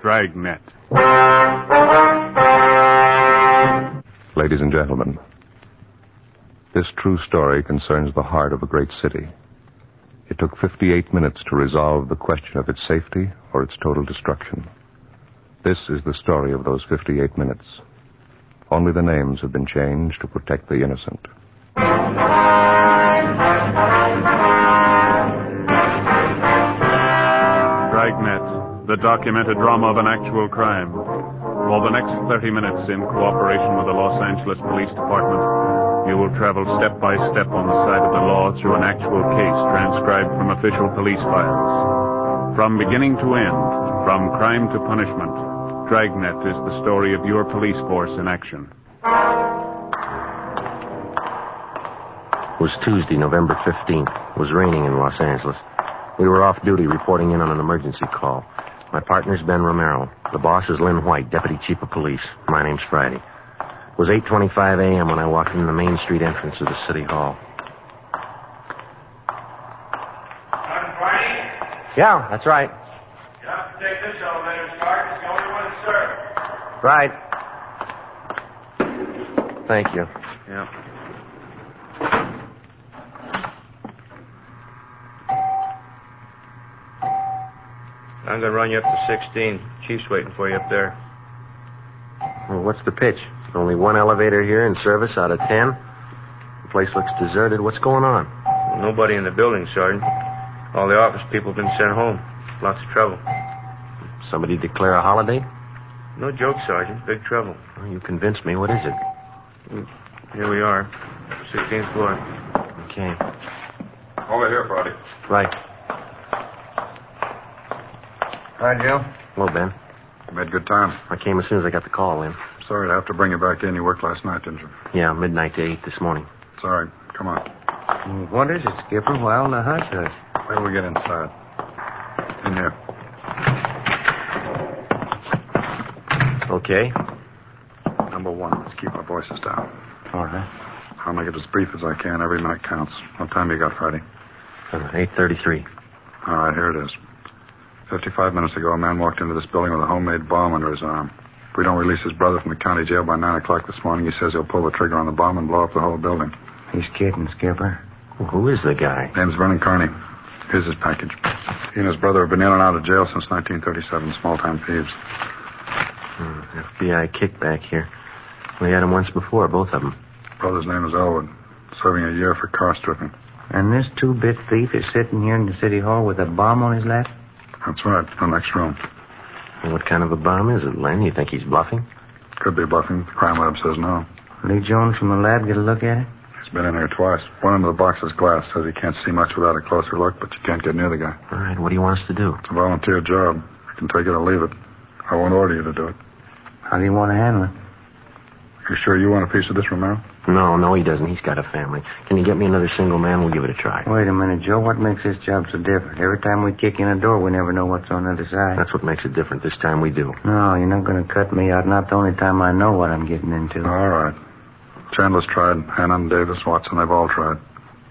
Dragnet. Ladies and gentlemen, this true story concerns the heart of a great city. It took 58 minutes to resolve the question of its safety or its total destruction. This is the story of those 58 minutes. Only the names have been changed to protect the innocent. Dragnet, the documented drama of an actual crime. For the next 30 minutes, in cooperation with the Los Angeles Police Department, you will travel step by step on the side of the law through an actual case transcribed from official police files. From beginning to end, from crime to punishment, Dragnet is the story of your police force in action. It was Tuesday, November 15th. It was raining in Los Angeles. We were off duty reporting in on an emergency call. My partner's Ben Romero. The boss is Lynn White, deputy chief of police. My name's Friday. It was 8:25 a.m. when I walked in the main street entrance of the city hall. Sergeant Whiting, Yeah, that's right. you have to take this elevator, Sarge. It's the only one that Right. serves. Thank you. Yep. I'm going to run you up to 16. Chief's waiting for you up there. Well, what's the pitch? Only one elevator here in service out of ten. The place looks deserted. What's going on? Nobody in the building, Sergeant. All the office people have been sent home. Lots of trouble. Somebody declare a holiday? No joke, Sergeant. Big trouble. Well, you convinced me. What is it? Here we are. 16th floor. Okay. Over here, Friday. Right. Hi, Joe. Hello, Ben. You made good time. I came as soon as I got the call in. Sorry to have to bring you back in. You worked last night, didn't you? Yeah, midnight to eight this morning. Sorry. Come on. What is it, Skipper? Well, now, hush, hush. Wait till we get inside. In here. Okay. Number one, let's keep our voices down. All right. I'll make it as brief as I can. Every minute counts. What time you got, Friday? Eight thirty-three. All right, here it is. Fifty-five minutes ago, a man walked into this building with a homemade bomb under his arm. If we don't release his brother from the county jail by nine o'clock this morning, he says he'll pull the trigger on the bomb and blow up the whole building. He's kidding, Skipper. who is the guy? Name's Vernon Carney. Here's his package. He and his brother have been in and out of jail since 1937, small-time thieves. Hmm, FBI kickback here. We had him once before, both of them. Brother's name is Elwood, serving a year for car stripping. And this two-bit thief is sitting here in the city hall with a bomb on his lap? That's right, the next room. And what kind of a bomb is it, Len? You think he's bluffing? Could be bluffing. The crime lab says no. Lee Jones from the lab get a look at it? He's been in here twice. One into the box is glass. Says he can't see much without a closer look, but you can't get near the guy. All right, what do you want us to do? It's a volunteer job. You can take it or leave it. I won't order you to do it. How do you want to handle it? You sure you want a piece of this, Romero? No, no, he doesn't. He's got a family. Can you get me another single man? We'll give it a try. Wait a minute, Joe. What makes this job so different? Every time we kick in a door, we never know what's on the other side. That's what makes it different. This time we do. No, you're not going to cut me out. Not the only time I know what I'm getting into. All right. Chandler's tried. Hannon, Davis, Watson, they've all tried.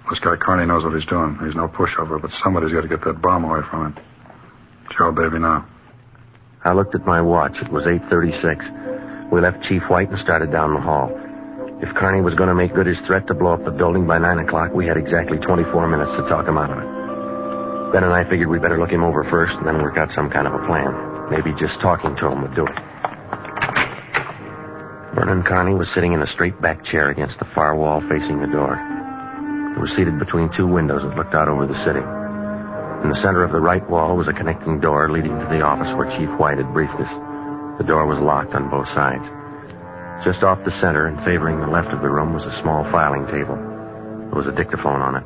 This guy Carney knows what he's doing. He's no pushover, but somebody's got to get that bomb away from him. It's your baby now. I looked at my watch. It was 8:36. We left Chief White and started down the hall. If Carney was going to make good his threat to blow up the building by nine o'clock, we had exactly 24 minutes to talk him out of it. Ben and I figured we better look him over first and then work out some kind of a plan. Maybe just talking to him would do it. Vernon Carney was sitting in a straight back chair against the far wall facing the door. He was seated between two windows that looked out over the city. In the center of the right wall was a connecting door leading to the office where Chief White had briefed us. The door was locked on both sides. Just off the center and favoring the left of the room was a small filing table. There was a dictaphone on it.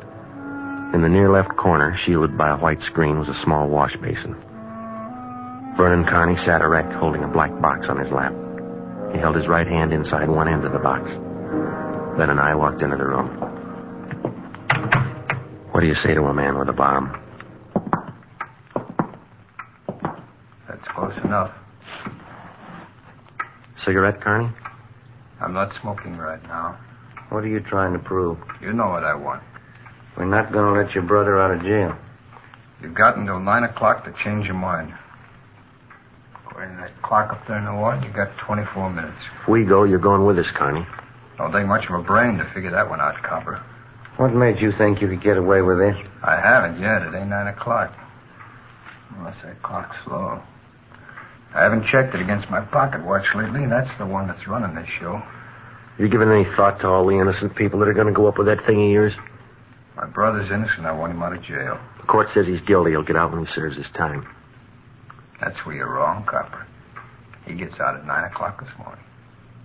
In the near left corner, shielded by a white screen, was a small wash basin. Vernon Carney sat erect, holding a black box on his lap. He held his right hand inside one end of the box. Ben and I walked into the room. What do you say to a man with a bomb? That's close enough. Cigarette, Carney? I'm not smoking right now. What are you trying to prove? You know what I want. We're not going to let your brother out of jail. You've got until 9 o'clock to change your mind. According to That clock up there in the wall, you got 24 minutes. If we go, you're going with us, Carney. Don't take much of a brain to figure that one out, copper. What made you think you could get away with this? I haven't yet. It ain't 9 o'clock. Unless that clock's slow. I haven't checked it against my pocket watch lately. and That's the one that's running this show. You giving any thought to all the innocent people that are going to go up with that thing of yours? My brother's innocent. I want him out of jail. The court says he's guilty. He'll get out when he serves his time. That's where you're wrong, copper. He gets out at 9 o'clock this morning.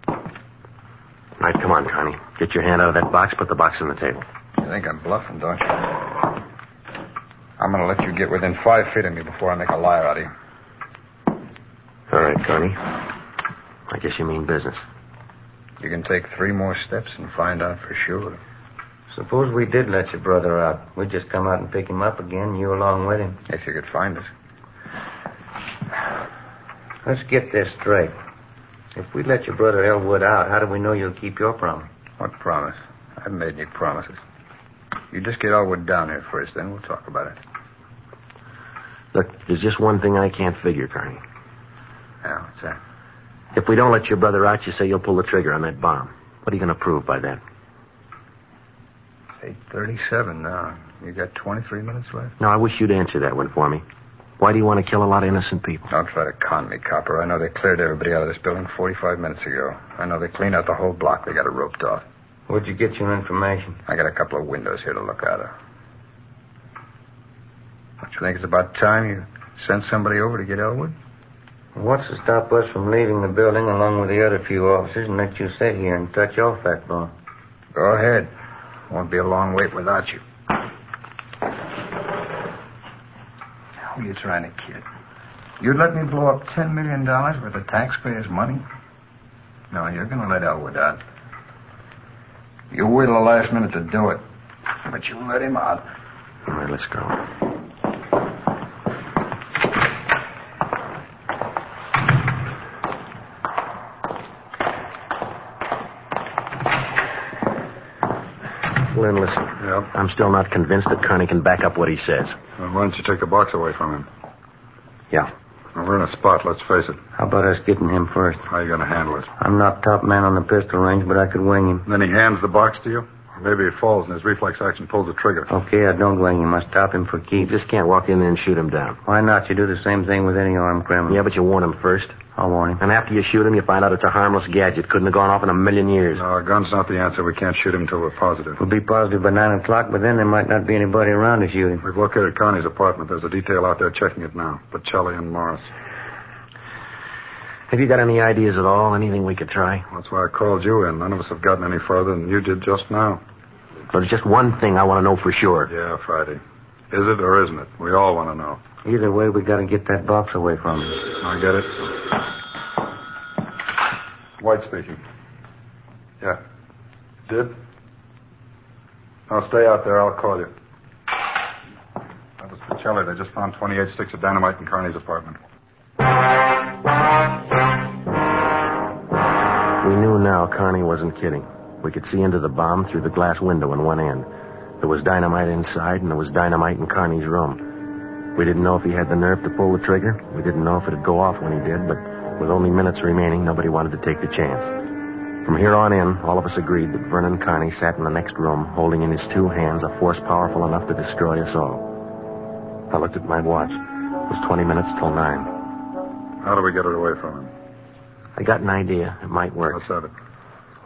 All right, come on, Carney. Get your hand out of that box. Put the box on the table. You think I'm bluffing, don't you? I'm going to let you get within five feet of me before I make a liar out of you. All right, Carney. I guess you mean business. You can take three more steps and find out for sure. Suppose we did let your brother out. We'd just come out and pick him up again, you along with him. If you could find us. Let's get this straight. If we let your brother Elwood out, how do we know you'll keep your promise? What promise? I haven't made any promises. You just get Elwood down here first, then we'll talk about it. Look, there's just one thing I can't figure, Carney. Yeah, what's that? If we don't let your brother out, you say you'll pull the trigger on that bomb. What are you going to prove by that? It's 8.37 now. You got 23 minutes left? Now, I wish you'd answer that one for me. Why do you want to kill a lot of innocent people? Don't try to con me, copper. I know they cleared everybody out of this building 45 minutes ago. I know they cleaned out the whole block. They got it roped off. Where'd you get your information? I got a couple of windows here to look out of. Don't you think it's about time you sent somebody over to get Elwood? What's to stop us from leaving the building along with the other few officers and let you sit here and touch off that bomb? Go ahead. Won't be a long wait without you. Who are you trying to kid? You'd let me blow up $10 million worth of taxpayers' money? No, you're going to let Elwood out. You wait till the last minute to do it. But you let him out. All right, let's go. Lynn, listen. Yep. I'm still not convinced that Carney can back up what he says. why don't you take the box away from him? Yeah. We're in a spot, let's face it. How about us getting him first? How are you going to handle it? I'm not top man on the pistol range, but I could wing him. Then he hands the box to you? Maybe he falls and his reflex action pulls the trigger. Okay, I don't wing him. I stop him for You keeps. just can't walk in there and shoot him down. Why not? You do the same thing with any armed criminal. Yeah, but you warn him first. I'll warn him. And after you shoot him, you find out it's a harmless gadget. Couldn't have gone off in a million years. No, a gun's not the answer. We can't shoot him until we're positive. We'll be positive by nine o'clock, but then there might not be anybody around to shoot him. We've located Connie's apartment. There's a detail out there checking it now. Pacelli and Morris. Have you got any ideas at all? Anything we could try? That's why I called you in. None of us have gotten any further than you did just now. There's just one thing I want to know for sure. Yeah, Friday. Is it or isn't it? We all want to know. Either way, we gotta get that box away from him. I get it. White speaking. Yeah. Did? Now stay out there. I'll call you. That was Pacelli. They just found 28 sticks of dynamite in Carney's apartment. We knew now Carney wasn't kidding. We could see into the bomb through the glass window in one end. There was dynamite inside, and there was dynamite in Carney's room. We didn't know if he had the nerve to pull the trigger. We didn't know if it'd go off when he did, but with only minutes remaining, nobody wanted to take the chance. From here on in, all of us agreed that Vernon Carney sat in the next room holding in his two hands a force powerful enough to destroy us all. I looked at my watch. It was 20 minutes till 9. How do we get it away from him? I got an idea. It might work. Let's have it.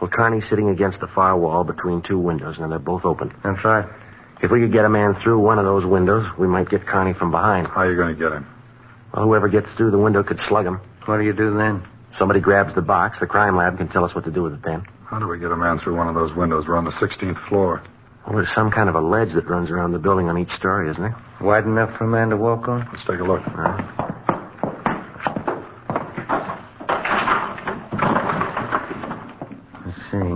Well, Carney's sitting against the far wall between two windows, and they're both open. That's right. If we could get a man through one of those windows, we might get Carney from behind. How are you going to get him? Well, whoever gets through the window could slug him. What do you do then? Somebody grabs the box. The crime lab can tell us what to do with it then. How do we get a man through one of those windows? We're on the 16th floor. Well, there's some kind of a ledge that runs around the building on each story, isn't there? Wide enough for a man to walk on? Let's take a look. Let's see.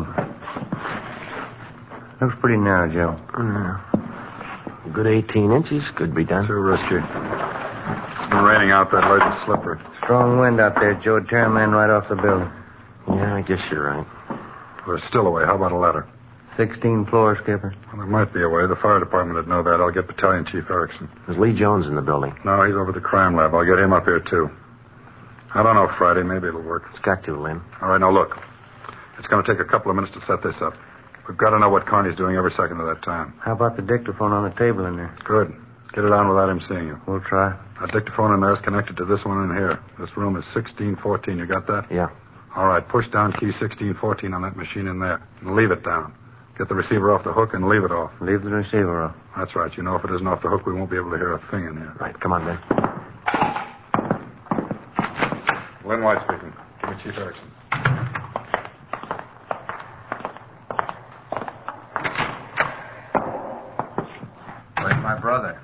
Looks pretty narrow, Joe. A Mm-hmm. good 18 inches could be done. Too risky. It's been raining out that late and slippery. Strong wind out there, Joe. Tear a man right off the building. Yeah, I guess you're right. We're still away. How about a ladder? Sixteen floors, Skipper. Well, there might be a way. The fire department would know that. I'll get Battalion Chief Erickson. There's Lee Jones in the building. No, he's over at the crime lab. I'll get him up here, too. I don't know, Friday. Maybe it'll work. It's got to, Lynn. All right, now look. It's going to take a couple of minutes to set this up. We've got to know what Carney's doing every second of that time. How about the dictaphone on the table in there? Good. Get it on without him seeing you. We'll try. That dictaphone in there is connected to this one in here. This room is 1614. You got that? Yeah. All right, push down key 1614 on that machine in there and leave it down. Get the receiver off the hook and leave it off. Leave the receiver up. That's right. You know, if it isn't off the hook, we won't be able to hear a thing in here. Right, come on, Lynn. Lynn White speaking. Give me Chief Erickson. Where's my brother?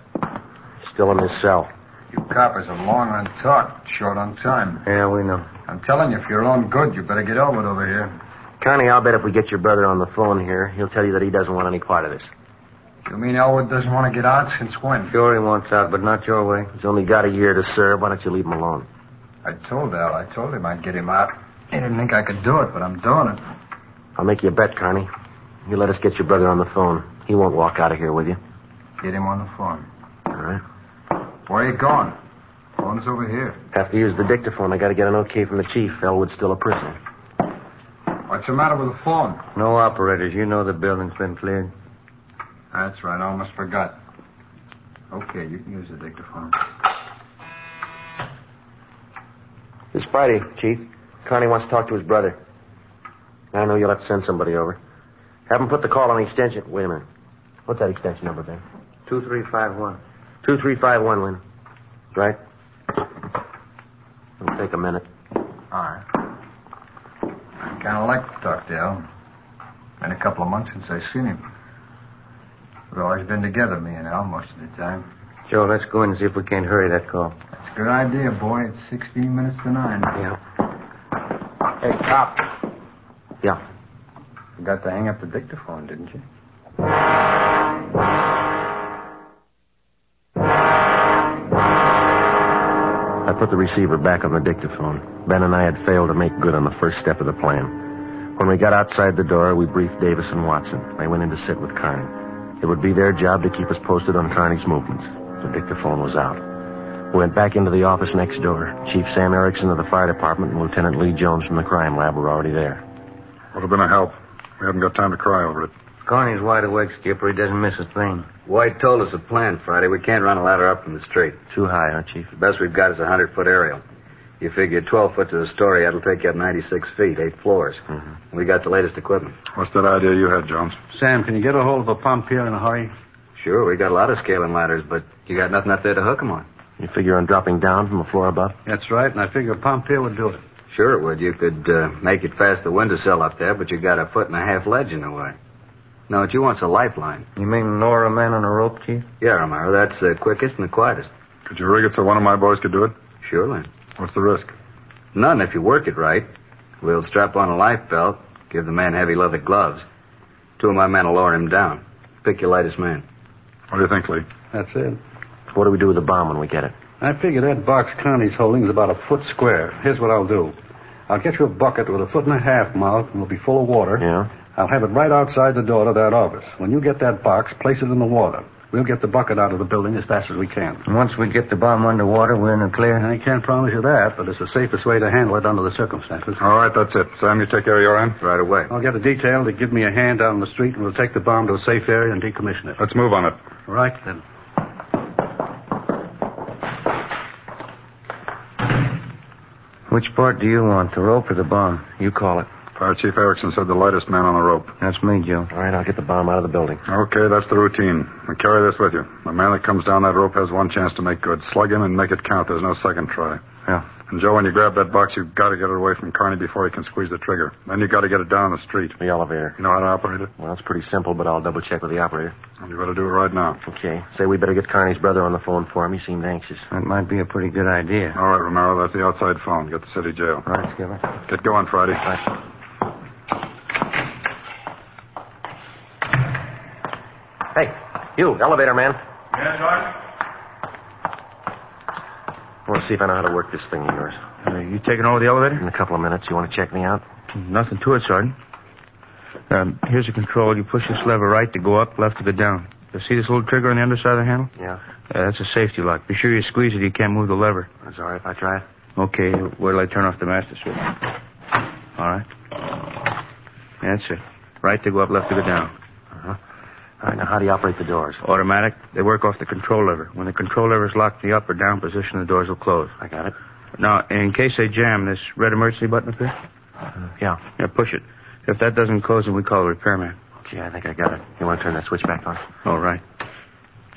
Still in his cell. You coppers are long on talk, short on time. Yeah, we know. I'm telling you, for your own good, you better get Elwood over here. Connie, I'll bet if we get your brother on the phone here, he'll tell you that he doesn't want any part of this. You mean Elwood doesn't want to get out since when? Sure he wants out, but not your way. He's only got a year to serve. Why don't you leave him alone? I told Al. I told him I'd get him out. He didn't think I could do it, but I'm doing it. I'll make you a bet, Connie. You let us get your brother on the phone. He won't walk out of here with you. Get him on the phone. All right. Where are you going? Phone's over here. Have to use the dictaphone. I got to get an okay from the chief. Elwood's still a prisoner. What's the matter with the phone? No operators. You know the building's been cleared. That's right. I almost forgot. Okay, you can use the dictaphone. It's Friday, chief. Connie wants to talk to his brother. I know you'll have to send somebody over. Have him put the call on the extension. Wait a minute. What's that extension number, Ben? 2351. 2351, Lynn. Right? It'll take a minute. All right. I kind of like to talk to Al. Been a couple of months since I seen him. We've always been together, me and Al, most of the time. Joe, let's go in and see if we can't hurry that call. That's a good idea, boy. It's 16 minutes to 9. Yeah. Hey, cop. Yeah. You got to hang up the dictaphone, didn't you? I put the receiver back on the dictaphone. Ben and I had failed to make good on the first step of the plan. When we got outside the door, we briefed Davis and Watson. They went in to sit with Carney. It would be their job to keep us posted on Carney's movements. The dictaphone was out. We went back into the office next door. Chief Sam Erickson of the fire department and Lieutenant Lee Jones from the crime lab were already there. Would have been a help. We haven't got time to cry over it. Carney's wide awake, Skipper. He doesn't miss a thing. White told us the plan Friday. We can't run a ladder up from the street. Too high, huh, Chief? The best we've got is a 100 foot aerial. You figure 12 foot to the story, that'll take you up 96 feet, eight floors. Mm-hmm. We got the latest equipment. What's that idea you had, Jones? Sam, can you get a hold of a pump here in a hurry? Sure, we got a lot of scaling ladders, but you got nothing up there to hook 'em on. You figure on dropping down from the floor above? That's right, and I figure a pump here would do it. Sure it would. You could uh, make it fast the windowsill up there, but you got a foot and a half ledge in the way. No, what you want's a lifeline. You mean Nora man on a rope, Chief? Yeah, Romero, that's the quickest and the quietest. Could you rig it so one of my boys could do it? Surely. What's the risk? None if you work it right. We'll strap on a life belt, give the man heavy leather gloves. Two of my men will lower him down. Pick your lightest man. What do you think, Lee? That's it. What do we do with the bomb when we get it? I figure that box Connie's holding is about a foot square. Here's what I'll do. I'll get you a bucket with a foot and a half mouth, and it'll be full of water. Yeah. I'll have it right outside the door to that office. When you get that box, place it in the water. We'll get the bucket out of the building as fast as we can. And once we get the bomb underwater, we're in the clear. I can't promise you that, but it's the safest way to handle it under the circumstances. All right, that's it. Sam, you take care of your end. Right away. I'll get a detail to give me a hand down the street, and we'll take the bomb to a safe area and decommission it. Let's move on it. All right, then. Which part do you want, the rope or the bomb? You call it. Fire Chief Erickson said the lightest man on the rope. That's me, Joe. All right, I'll get the bomb out of the building. Okay, that's the routine. And carry this with you. The man that comes down that rope has one chance to make good. Slug him and make it count. There's no second try. Yeah. And Joe, when you grab that box, you've got to get it away from Carney before he can squeeze the trigger. Then you've got to get it down the street. The elevator. You know how to operate it? Well, it's pretty simple, but I'll double check with the operator. You better do it right now. Okay. Say we better get Carney's brother on the phone for him. He seemed anxious. That might be a pretty good idea. All right, Romero, that's the outside phone. Get the city jail. Right, Skipper. Get going, Friday. Hey, you, elevator man. Yes, Sergeant? I want to see if I know how to work this thing of yours. Uh, you taking over the elevator? In a couple of minutes, you want to check me out? Nothing to it, Sergeant. Um, here's the control. You push this lever right to go up, left to go down. You see this little trigger on the underside of the handle? Yeah. Uh, that's a safety lock. Be sure you squeeze it. You can't move the lever. It's all right if I try it. Okay, where'll I turn off the master switch? All right. That's it. Right to go up, left to go down. Uh-huh. All right, now how do you operate the doors? Automatic. They work off the control lever. When the control lever's locked in the up or down position, the doors will close. I got it. Now, in case they jam, this red emergency button up there? Yeah. Yeah, push it. If that doesn't close, then we call the repairman. Okay, I think I got it. You want to turn that switch back on? All right.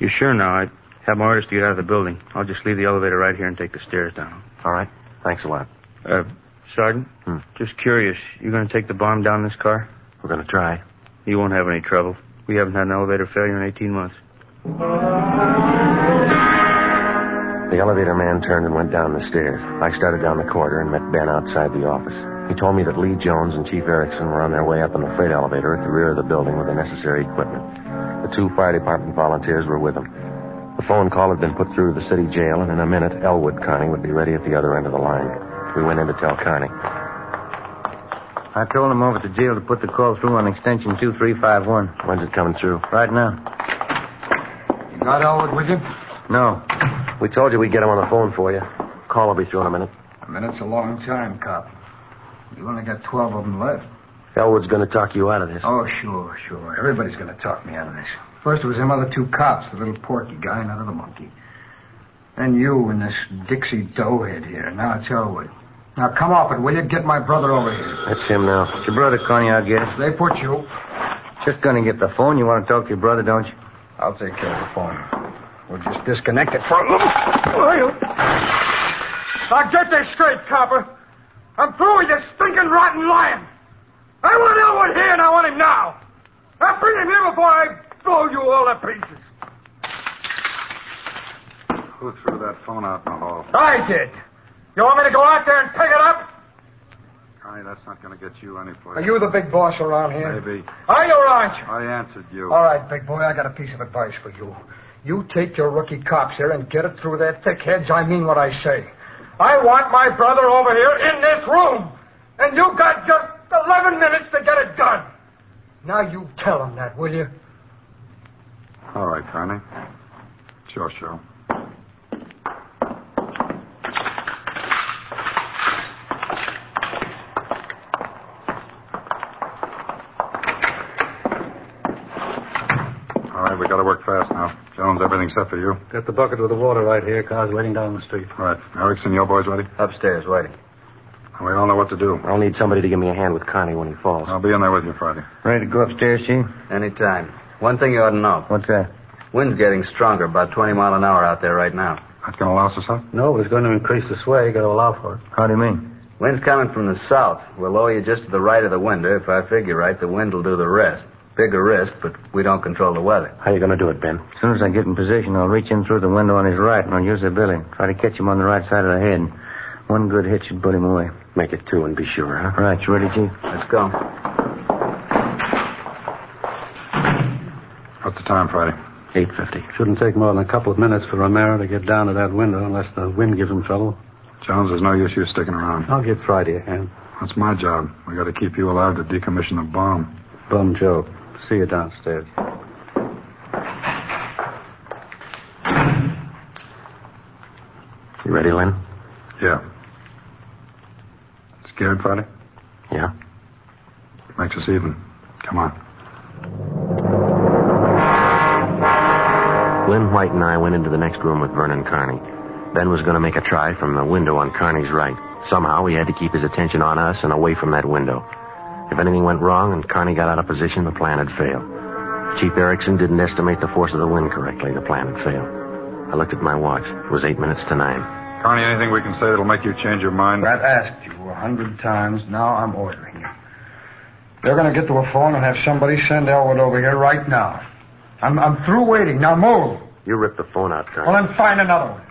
You sure now? I have my orders to get out of the building. I'll just leave the elevator right here and take the stairs down. All right. Thanks a lot. Uh, Sergeant, Hmm. just curious. You going to take the bomb down this car? We're going to try. You won't have any trouble. We haven't had an elevator failure in 18 months. The elevator man turned and went down the stairs. I started down the corridor and met Ben outside the office. He told me that Lee Jones and Chief Erickson were on their way up in the freight elevator at the rear of the building with the necessary equipment. The two fire department volunteers were with them. The phone call had been put through to the city jail, and in a minute, Elwood Carney would be ready at the other end of the line. We went in to tell Carney. I told him over at the jail to put the call through on extension 2351. When's it coming through? Right now. You got Elwood with you? No. We told you we'd get him on the phone for you. Call will be through in a minute. A minute's a long time, cop. You only got 12 of them left. Elwood's going to talk you out of this. Oh, sure, sure. Everybody's going to talk me out of this. First, it was them other two cops, the little porky guy and another monkey. Then you and this Dixie doughhead here. Now it's Elwood. Now come off it, will you? Get my brother over here. That's him now. It's your brother, Connie, I'll get it. They put you. Just gonna get the phone. You want to talk to your brother, don't you? I'll take care of the phone. We'll just disconnect it for a little. Now get this straight, copper. I'm through with this stinking, rotten lion. I want Elwood here, and I want him now. Now bring him here before I blow you all to pieces. Who threw that phone out in the hall? I did. You want me to go out there and pick it up? Connie, that's not going to get you anyplace. Are you the big boss around here? Maybe. Are you or aren't you? I answered you. All right, big boy, I got a piece of advice for you. You take your rookie cops here and get it through their thick heads. I mean what I say. I want my brother over here in this room. And you got just 11 minutes to get it done. Now you tell them that, will you? All right, Connie. Sure, sure. All right, we got to work fast now. Jones, everything set for you? Got the bucket with the water right here. Car's waiting down the street. All right. Erickson, your boys ready? Upstairs, waiting. We all know what to do. I'll need somebody to give me a hand with Connie when he falls. I'll be in there with you Friday. Ready to go upstairs, Chief? Anytime. One thing you ought to know. What's that? Wind's getting stronger, about 20 mile an hour out there right now. That going to louse us up? No, it's going to increase the sway. You got to allow for it. How do you mean? Wind's coming from the south. We'll lower you just to the right of the window. If I figure right, the wind will do the rest. Bigger risk, but we don't control the weather. How you going to do it, Ben? As soon as I get in position, I'll reach in through the window on his right and I'll use the billy. Try to catch him on the right side of the head. One good hit should put him away. Make it two and be sure, huh? All right, you ready, Chief? Let's go. What's the time, Friday? 850. Shouldn't take more than a couple of minutes for Romero to get down to that window unless the wind gives him trouble. Jones, there's no use you sticking around. I'll give Friday a hand. That's my job. We got to keep you alive to decommission the bomb. Bum Joe. See you downstairs. You ready, Len? Yeah. Scared, Friday? Yeah. Makes us even. Come on. Lynn White and I went into the next room with Vernon Carney. Ben was going to make a try from the window on Carney's right. Somehow he had to keep his attention on us and away from that window. If anything went wrong and Carney got out of position, the plan had failed. If Chief Erickson didn't estimate the force of the wind correctly. The plan had failed. I looked at my watch. It was eight minutes to nine. Connie, anything we can say that'll make you change your mind? I've asked you a hundred times. Now I'm ordering you. They're going to get to a phone and have somebody send Elwood over here right now. I'm, I'm through waiting. Now move. You ripped the phone out, Carney. Well, then find another one.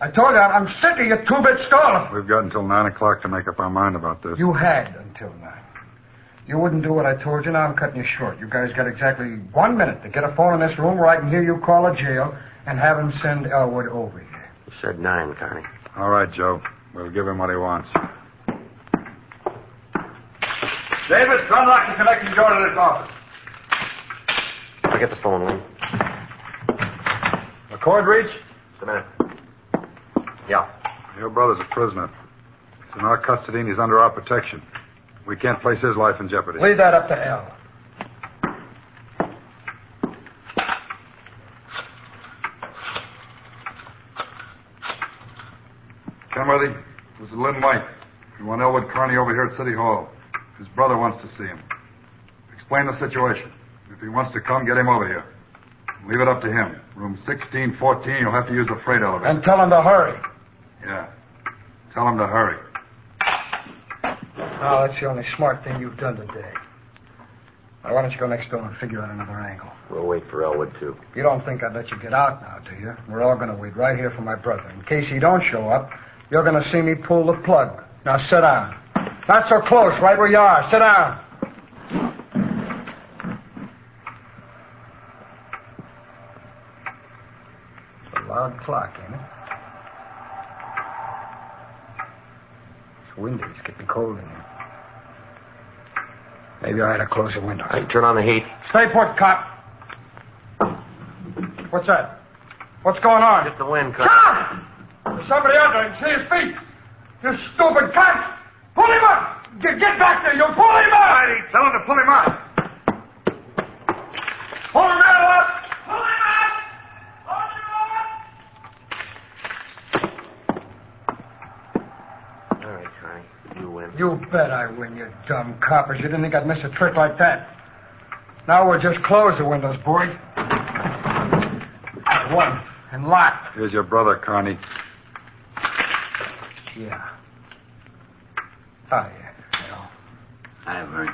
I told you, I'm I'm sick of your two-bit stalling. We've got until 9 o'clock to make up our mind about this. You had until now. You wouldn't do what I told you. Now I'm cutting you short. You guys got exactly one minute to get a phone in this room where I can hear you call a jail and have him send Elwood over here. You said nine, Carney. All right, Joe. We'll give him what he wants. Davis, unlock the connecting door to this office. I get the phone, Lynn. A cord reach? Just a minute. Yeah. Your brother's a prisoner. He's in our custody and he's under our protection. We can't place his life in jeopardy. Leave that up to Al. Kenworthy, this is Lynn White. We want Elwood Carney over here at City Hall. His brother wants to see him. Explain the situation. If he wants to come, get him over here. Leave it up to him. Room 1614, you'll have to use the freight elevator. And tell him to hurry. Yeah. Tell him to hurry. Now, Ah, that's the only smart thing you've done today. Now, why don't you go next door and figure out another angle? We'll wait for Elwood, too. You don't think I'd let you get out now, do you? We're all going to wait right here for my brother. In case he don't show up, you're going to see me pull the plug. Now, sit down. Not so close, right where you are. Sit down. It's a loud clock, ain't it? It's windy. It's getting cold in here. Maybe I ought to close the window. Hey, turn on the heat. Stay put, cop. What's that? What's going on? Just the wind, Cop. Cop! There's somebody under him. See his feet. You stupid cop! Pull him up! Get, get back there! You pull him up! Heidi, tell him to pull him up. Pull him up! Pull him up! Pull him up! All right, Connie. You win. You bet I win, you dumb coppers. You didn't think I'd miss a trick like that. Now we'll just close the windows, boys. I won. And locked. Here's your brother, Carney. Yeah. Oh, yeah. Well, I Vern.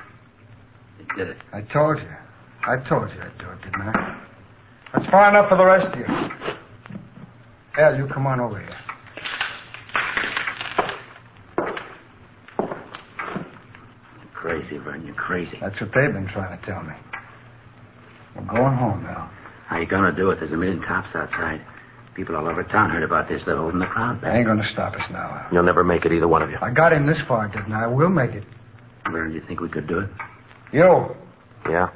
You did it. I told you. I told you I'd do it, didn't I? That's far enough for the rest of you. Al, you come on over here. You're crazy, Vern. You're crazy. That's what they've been trying to tell me. We're going home, Al. How you gonna do it? There's a million cops outside. People all over town heard about this. They're holding the crowd They back. ain't going to stop us now, You'll never make it, either one of you. Al. I got him this far, didn't I? I will make it. Vern, you think we could do it? You, Yeah.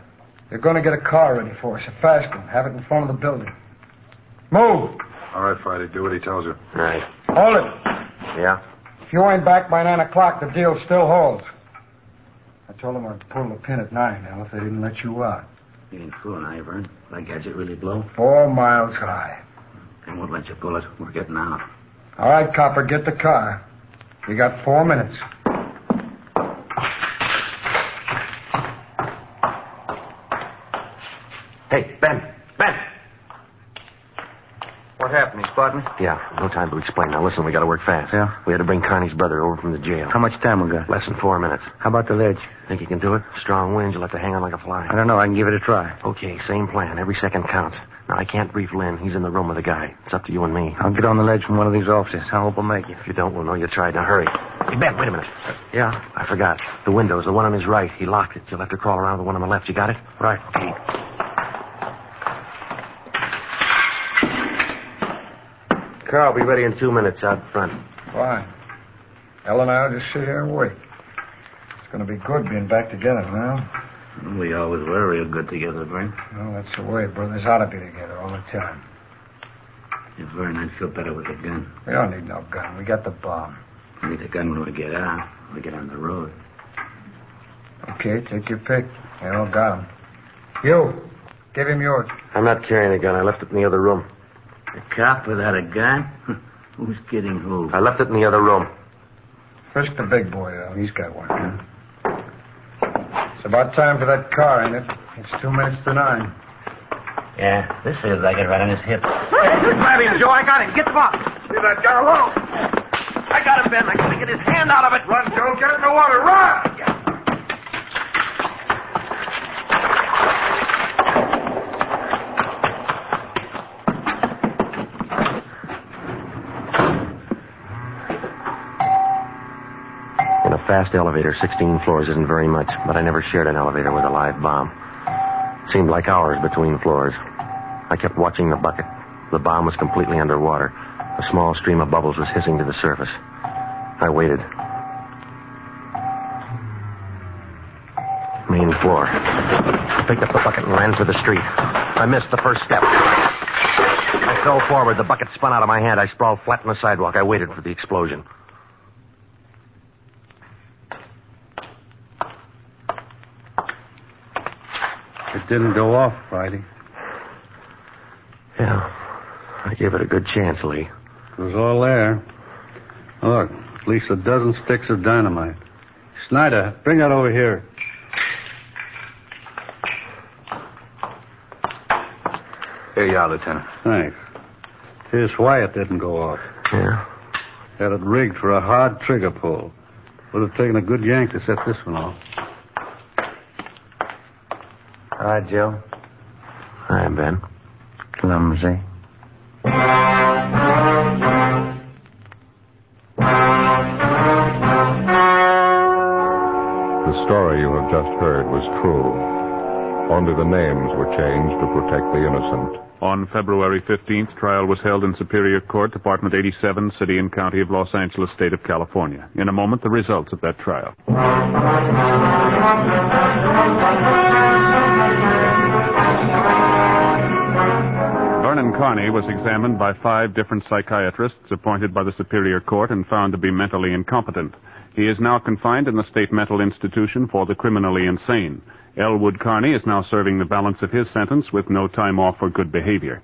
They're going to get a car ready for us, a fast one. Have it in front of the building. Move! All right, Friday, do what he tells you. All right. Hold it! Yeah. If you ain't back by 9 o'clock, the deal still holds. I told them I'd pull the pin at 9, Al, if they didn't let you out. You ain't fooling, are you, Vern? That gadget really blow? Four miles high. They won't let you pull it. We're getting out. All right, Copper, get the car. You got four minutes. Hey, Ben. Ben. What happened? He spotted me? Yeah. No time to explain. Now listen, we got to work fast. Yeah? We had to bring Connie's brother over from the jail. How much time we got? Less than four minutes. How about the ledge? Think you can do it? Strong winds. You'll have to hang on like a fly. I don't know. I can give it a try. Okay, same plan. Every second counts. Now, I can't brief Lynn. He's in the room with a guy. It's up to you and me. I'll get on the ledge from one of these offices. I hope I'll make it. If you don't, we'll know you tried. Now, hurry. Hey, Ben, wait a minute. Yeah? I forgot. The window's the one on his right. He locked it. You'll have to crawl around the one on the left. You got it? Right. Okay. Carl, be ready in two minutes out front. Fine. Al and I'll just sit here and wait. It's going to be good being back together, Al. We always were real good together, Vern. Well, that's the way brothers ought to be together all the time. If Vern, I'd feel better with a gun. We don't need no gun. We got the bomb. I need a gun when we get out. We get on the road. Okay, take your pick. They all got 'em. You, give him yours. I'm not carrying a gun. I left it in the other room. A cop without a gun? Who's kidding who? I left it in the other room. First the big boy, though. He's got one. It's about time for that car, ain't it? It's two minutes to nine. Yeah, this feels like it right on his hip. Grab him, Joe. I got him. Get the box. Leave that guy alone. I got him, Ben. I gotta get his hand out of it. Run, Joe. Get in the water. Run! In a fast elevator, 16 floors isn't very much, but I never shared an elevator with a live bomb. Seemed like hours between floors. I kept watching the bucket. The bomb was completely underwater. A small stream of bubbles was hissing to the surface. I waited. Main floor. I picked up the bucket and ran for the street. I missed the first step. I fell forward. The bucket spun out of my hand. I sprawled flat on the sidewalk. I waited for the explosion. It didn't go off, Friday. Yeah. I gave it a good chance, Lee. It was all there. Look, at least a dozen sticks of dynamite. Snyder, bring that over here. Here you are, Lieutenant. Thanks. Here's why it didn't go off. Yeah. Had it rigged for a hard trigger pull. Would have taken a good yank to set this one off. Hi, Joe. Hi, Ben. Clumsy. The story you have just heard was true. Only the names were changed to protect the innocent. On February 15th, trial was held in Superior Court, Department 87, City and County of Los Angeles, State of California. In a moment, the results of that trial. Vernon Carney was examined by five different psychiatrists appointed by the Superior Court and found to be mentally incompetent. He is now confined in the state mental institution for the criminally insane. Elwood Carney is now serving the balance of his sentence with no time off for good behavior.